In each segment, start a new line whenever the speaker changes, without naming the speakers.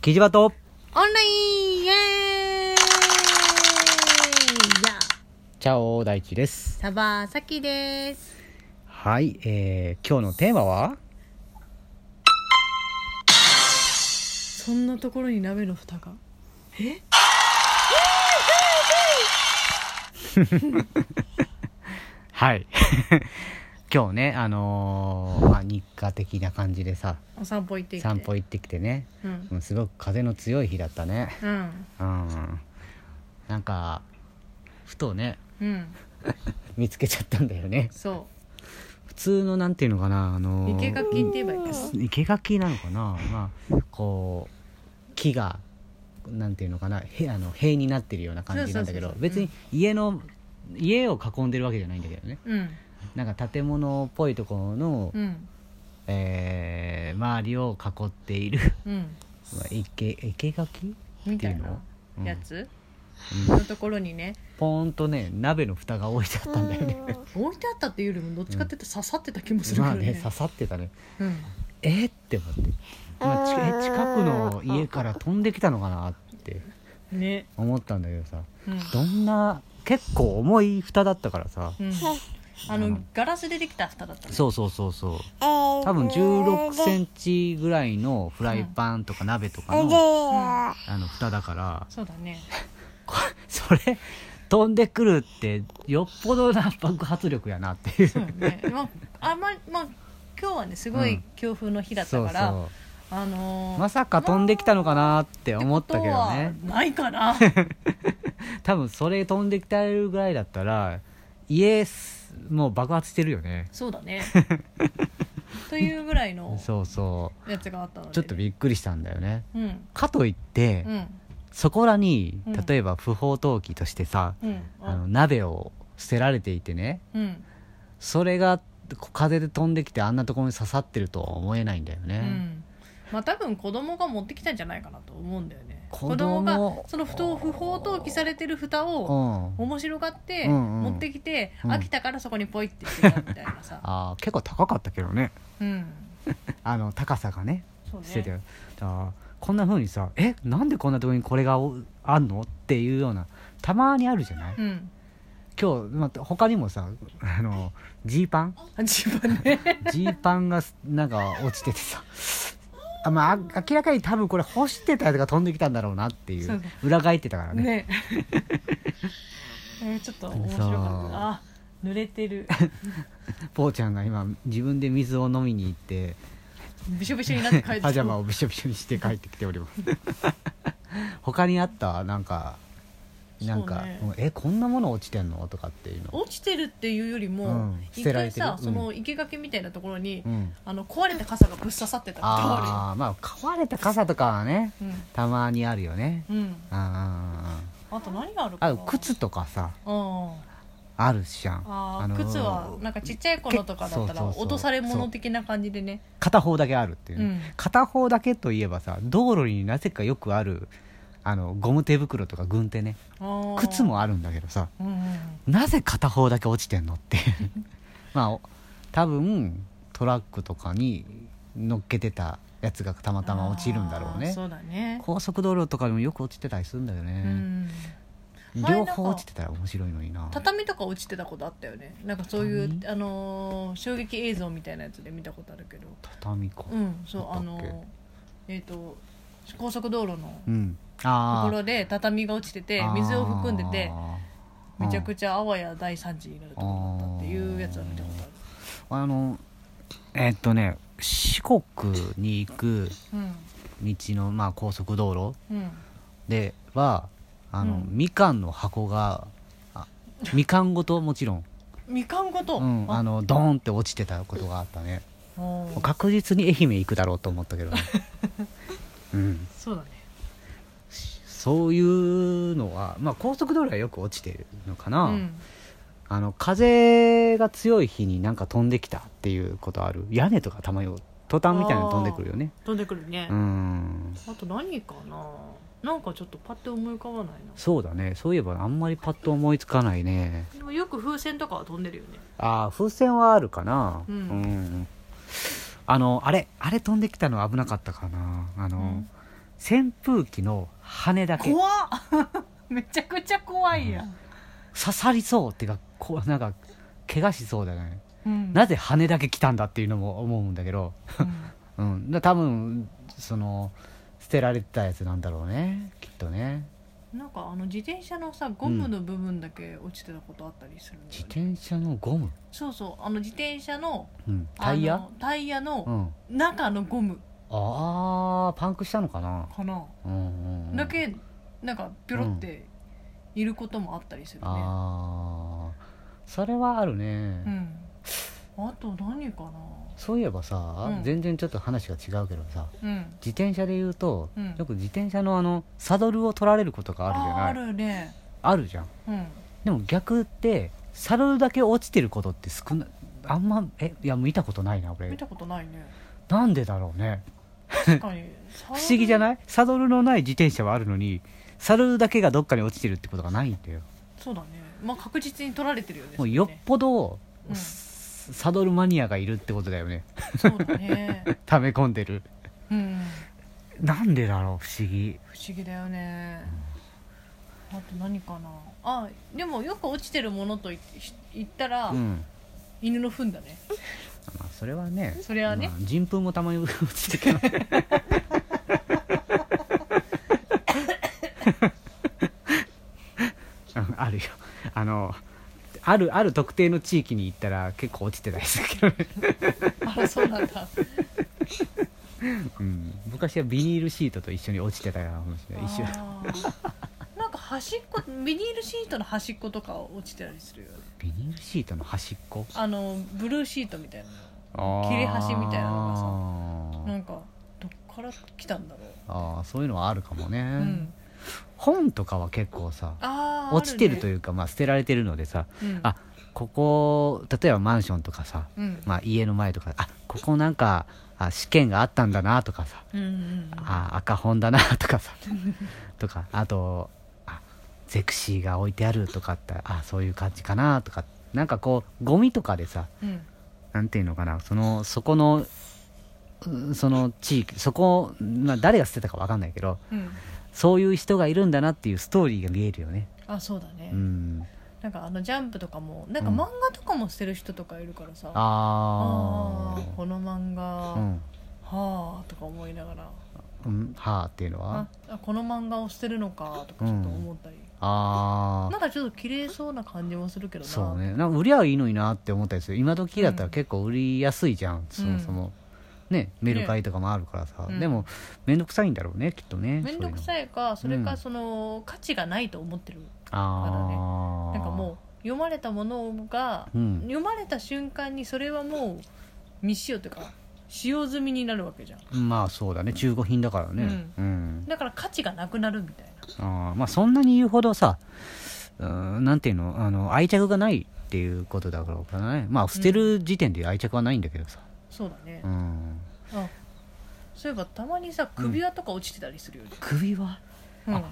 キジバト
オンラインイエーイじゃあ
チャオ大地です。
サバサキです
はい、えー、今日のテーマは
そんなところに鍋の蓋が
はい。 今日ね、あのーまあ、日課的な感じでさ、
お散歩行ってきて
散歩行ってきてね、
うん
うんすごく風の強い日だったね。
うん
うん。なんか、ふとね、
うん
見つけちゃったんだよね。
そ
普通のなんていうのかな、あの
う
ー
生垣って言えばいいかな
生垣なのかな、まあ、こう木がなんていうのかなへあの塀になってるような感じなんだけど
そうそうそう
別に家の、家を囲んでるわけじゃないんだけどね
うん
なんか建物っぽいところの、
うん
えー周りを囲っている
うん
まあ生生垣
みた
ってい
い
う
な
のうん
やつ
う
のところにね
ポーンとね鍋の蓋が置いてあったんだよね、
置いてあったっていうよりもどっちかっていうと刺さってた気もするか
ま
ら
あね
ね
刺さってたね
うん
えーって思って、まあ、ちえ近くの家から飛んできたのかなって
ね
思ったんだけどさ
うん
どんな結構重い蓋だったからさ、
うんあのガラスでできた蓋だったね
そうそうそうそう多分1 6ンチぐらいのフライパンとか鍋とかの,、
うん
あの蓋だから
そうだね
こそれ飛んでくるってよっぽどな爆発力やなっていう
そうよね、まあ、あんまり、まあ、今日はね、すご
うん
い強風の日だったから、
そう
あの
そう
ー、
まさか飛んできたのかなって思ったけどね
ことはない かな。
多分それ飛んできたるぐらいだったら家すもう爆発してるよね
そうだ ね。というぐらいの
そうそ
やつがあったので、
うちょっとびっくりしたんだよね
うん、
かといって、
うん、
そこらに
うん
例えば不法投棄としてさ、
うん、
あの鍋を捨てられていてね
うん、
それがこう風で飛んできてあんなところに刺さってるとは思えないんだよ
う
ね、
ん。まあ、多分子供が持ってきたんじゃないかなと思うんだよね。
子
子
供
供が、その不当不法投棄されてる蓋
う
を。
ん
面白がって、
うんうん
持ってきて、
うん
飽きたからそこにポイってしてたみたいなさ
あー結構高かったけどね
うん
あの高さがね
そうね
してて、あーこんな風にさ「えなんでこんなところにこれがおあんの?」っていうようなたまにあるじゃない、
うん
今日、まあ、他にもさあのジーパン
あ自分ね
ジーパンがすなんか落ちててさあまああ明らかに多分これ干してたやつが飛んできたんだろうなってい
そう
う裏返ってたからね
ね えーちょっと面白か
そう
ったあ濡れ てる
ぽーちゃんが今自分で水を飲みに行って
びしょびしょになって帰ってきた
パジャマをびしょびしょにして帰ってきており ます他にあったなんかなんか、
そう
えこんなもの落ちてんのとかっていうの
落ちてるっていうよりも、
うん捨
一
てられ
回
てる
さ、
うん
その生け垣みたいなところに、
うん
あの壊れた傘がぶっ刺さってたことあ
ああまあ壊れた傘とかはね
るよ
たまにあるよね
うん、うん、
あ
あと何がある
あ
か
あ
な
靴とかさ
うん
あるじゃん
あー
のー
靴はなんかちっちゃい頃とかだったら
そうそうそう
落とされ物的な感じでね
片方だけあるっていうね、
うん
片方だけといえばさ道路になぜかよくあるあのゴム手袋とか軍手ね
あー
靴、もあるんだけどさ
うんうんうん、
なぜ片方だけ落ちてんのっていう まあお多分トラックとかに乗っけてたやつがたまたま落ちるんだろう
あー
ね
そうだね、
高速道路とかでもよく落ちてたりするんだよ
う
ね、
ん
両方落ちてたら面白いのにな
畳とか落ちてたことあったよねなんかそういう
畳
あのー衝撃映像みたいなやつで見たことあるけど
畳か
うんそう
あ
あ
ったっ
の
け
ーえっ、と高速道路の
うん、
と
あ
こ
ー
ろで畳が落ちてて水を含んでて
あー
めちゃくちゃあわや大惨事になるところだったっていうやつは見たことある
あのえっとね四国に行く道の、まあ、高速道路
うんうん
ではあの、
うん
みかんの箱があみかんごともちろん、
みかんごと、
うん、あ
の
のドーンって落ちてたことがあったね
おー
確実に愛媛行くだろうと思ったけ どね、うん、
そうだね
そういうのは、まあ、高速道路はよく落ちてるのかな、
うん
あの風が強い日になんか飛んできたっていうことある屋根とかたまよトタンみたいなの飛んでくるよね
飛んでくるね、
うん
あと何かななんかちょっとパッて思い浮かばないな
そうだねそういえばあんまりパッと思いつかないね
でもよく風船とかは飛んでるよね
ああ風船はあるかな
うん
あのあれあれ飛んできたの危なかったかなあの、
うん
扇風機の羽だけ刺
怖っ めちゃくちゃ怖いやん、
さりそうっていうかこうなんか怪我しそうだよね
うん
なぜ羽だけ来たんだっていうのも思うんだけど、
うん
うん、だ多分その捨てられてたやつなんだろうねきっとね
なんかあの自転車のさゴムの部分だけ落ちてたことあったりするんだ
自
よね
転車のゴム、
そうそうあの自転車の
うん、タイ
あ
ヤ
のタイヤ
う
の
ん、
中のゴム
あーパンクしたのかな、
かな、
うんうんうん、
だけなんかピョロっていることもあったりするね
ああそれはあるね、
うん、あと何かな
そういえばさ、
うん
全然ちょっと話が違うけどさ
うん
自転車で言うと、
うん
よく自転車のあのサドルを取られることがあるじゃない
あるね
あるじゃん
うん
でも逆ってサドルだけ落ちてることって少ないあんまえいや見たことないな
見
俺
たことない ね
なんでだろうね
確かに
不
不
思議じゃ
い
ないサドルのない自転車はあるのにサドルだけがどっかに落ちてるってことがないんだよ
そうだねまあ確実に取られてるよね
もうよっぽど、
うん
ササドルマニアがいるってことだよね
そうだね
溜め込んでる
うん
なんでだろう不思議
不思議だよねあと何かなあでもよく落ちてるものといし言ったら、
うん
犬の糞だね
まあそれはね
それはね
まあ人糞もたまに 落ちてくるうんあるよあのあるある特定の地域に行ったら結構落ちてたりするけどね
あらそうなんだ
うん、昔はビニールシートと一緒に落ちてたかもしれない 一緒
あーなんか端っこビニールシートの端っことか落ちてたりするよね
ビニールシートの端っこ
あのブルーシートみたいな切
切
れ端みたいな
の
のなんかどっから来たんだろう、
あーそういうのはあるかもね、
うん、
本とかは結構さ
あー
落ちてると
う、
いうか、まあ、捨てられてるのでさ
うん、
あここ例えばマンションとかさ、
うん、
まあ、家の前とかあここなんかあ試験があったんだなとかさ
うんうんうん
あ赤本だなと かさとかあとあゼクシーが置いてあるとかってあそういう感じかなとかなんかこうゴミとかでさ
うん
なんていうのかなそのそこのうんその地域そこ、まあ、誰が捨てたかわかんないけど
うん
そういう人がいるんだなっていうストーリーが見えるよね
あそうだね、
うん
なんかあのジャンプとかもなんか
うん
漫画とかも捨てる人とかいるからさ、あ
あ
あーこの漫画、
あうん、
はあとか思いながら
うん、はあっていうの
あ
は
あこの漫画を捨てるのかとかちょっと思ったり、
ああ
なんかちょっと綺麗そうな感じもするけどな
そうねなんか売りゃいいのになって思ったりする今時だったら結構売りやすいじゃん、そもそもねメルカリとかもあるからさ、
うん
でも面倒くさいんだろうねきっとね
面倒く
い
さいかそれ
うん
かその価値がないと思ってる
ああ
なんかもう読まれたものが、
うん
読まれた瞬間にそれはもう未使用というか使用済みになるわけじゃん
まあそうだね中古品だからねうん、
だから価値がなくなるみたい
あーまあそんなに言うほどさうーんなんていうのあの愛着がないっていうことだろうからねまあ捨てる時点で愛着はないんだけどさ
なそうだね
う、ん
あそういえばたまにさ首輪とか落ちてたりするよね、
首輪
うん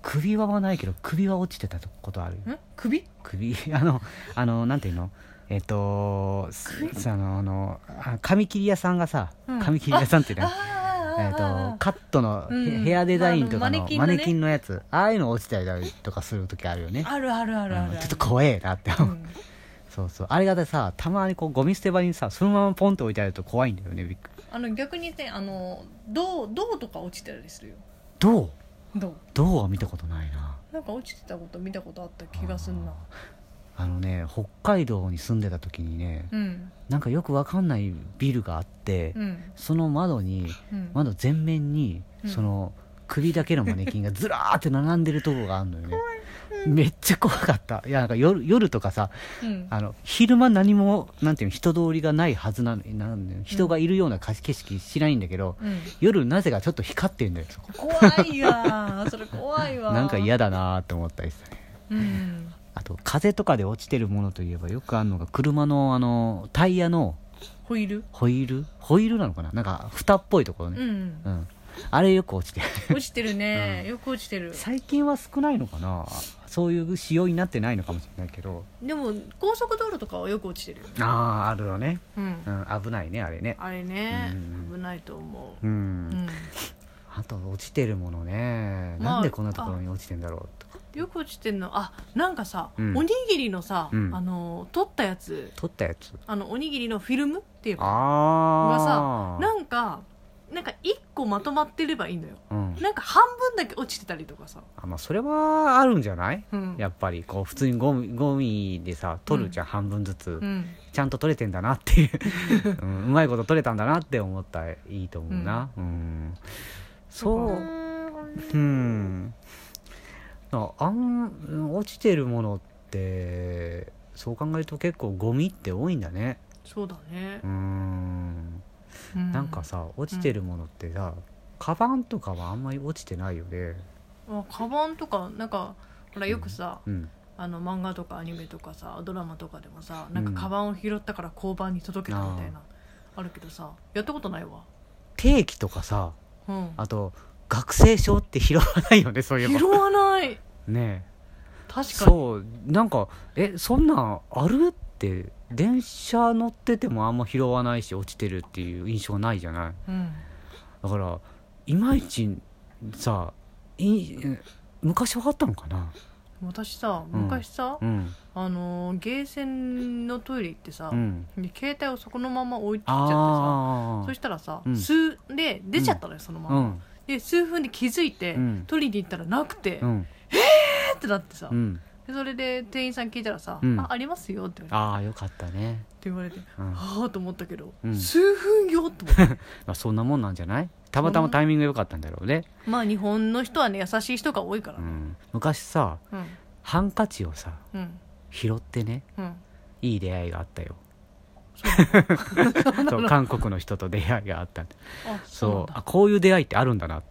首輪はないけど首輪落ちてたことあるよ
ん首
首 あのあのなんていうのえっとすあのあのあ髪切り屋さんがさ、
うん
髪切り屋さんっていうのは
あ
えっとカットのヘ,、
うん
アデザインとか
あの
の
マネキンの
マ
ね
ネキンのやつああいうの落ちたりとかする時あるよね
あるあるあるあ
うん
る
ちょっと怖えなって
う
思う、
ん
そうそうあれがさたまにこうゴミ捨て場にさそのままポンと置いてあると怖いんだよねびっくり
あの逆にねあの銅銅とか落ちてたりするよ
銅
銅
銅は見たことないな
なんか落ちてたこと見たことあった気がすんな
あのね北海道に住んでた時にね
うん
なんかよくわかんないビルがあって、
うん
その窓に
うん
窓全面に、
うん
その首だけのマネキンがずらーって並んでるとこがあるのよねめっちゃ怖かったいやなんか夜夜とかさ
うん
あの昼間何もなんていうの人通りがないはずなのになんだよ人がいるような景色しないんだけど、
うん
夜なぜかちょっと光ってんだよそこ
怖いやー それ怖いわ
なんか嫌だなーって思ったりしたね
うん
あと風とかで落ちてるものといえばよくあるのが車のあのタイヤの
ホイール
ホイールホイールなのかななんか蓋っぽいところ
うん
ね、
うん
うんあれよく落ちてる
落ちてるねよく落ちてる
最近は少ないのかなそういう仕様になってないのかもしれないけど
でも高速道路とかはよく落ちてるよ
あああるよね、
うん
うん、危ないねあれね
あれね
うん
危ないと思う
う
うんん
あと落ちてるものね、
まあ
なんでこんなところに落ちてんだろうとか
よく落ちてんのあなんかさ、
うん
おにぎりのさ、
うん
あの取ったやつ
取ったやつ
あのおにぎりのフィルムっていうか
ああ
なんかなんか一個まとまってればいいのよ
うん、
なんか半分だけ落ちてたりとかさ、
あまあそれはあるんじゃない
うん、
やっぱりこう普通にゴミゴミでさ取るじゃん、半分ずつ、
うん、
ちゃんと取れてんだな っていう、うん、うまいこと取れたんだなって思ったらいいと思うなうん、そううんああん落ちてるものってそう考えると結構ゴミって多いんだね
そうだね
う、ん
うん
なんかさ落ちてるものってさ、カバンとかはあんまり落ちてないよね
あカバンとかなんかほらよくさ、
うん
あの漫画とかアニメとかさドラマとかでもさなん
う
か
ん
カバンを拾ったから交番に届けたみたいな、あるけどさやったことないわ、
定期とかさ
うん、
あと学生証って拾わないよねそういえば
拾わない
ねえ
確かに
そうなんかえそんなんあるって電車乗っててもあんま拾わないし落ちてるっていう印象ないじゃない
うん
だからいまいちさい昔はあったのかな
私さ
うん
昔さ、
うん
あのーゲーセンのトイレ行ってさ、
うん
で携帯をそこのまま置いてきちゃってさ
あ
そしたらさ、
うん
数で出ちゃったのよそのま
あう
ま、
ん
で数分で気づいて、
うん
取りに行ったらなく
う
て、え
ん
ーってなってさ、
うん
でそれで店員さん聞いたらさ「
うん
あありますよ」って言われて
ああよかったね、
って言われて
うんま
はあと思ったけど、
うん
数分よと思って
あ、そんなもんなんじゃないたまたまタイミング良かったんだろうね、
まあ日本の人はね優しい人が多いから
う
ね
ん、昔さ
うん
ハンカチをさ
うん
拾ってね
うん
いい出会いがあったよ
そ う
そう韓国の人と出会いがあった
あ
そう
そうなんだ
あこういう出会いってあるんだなっ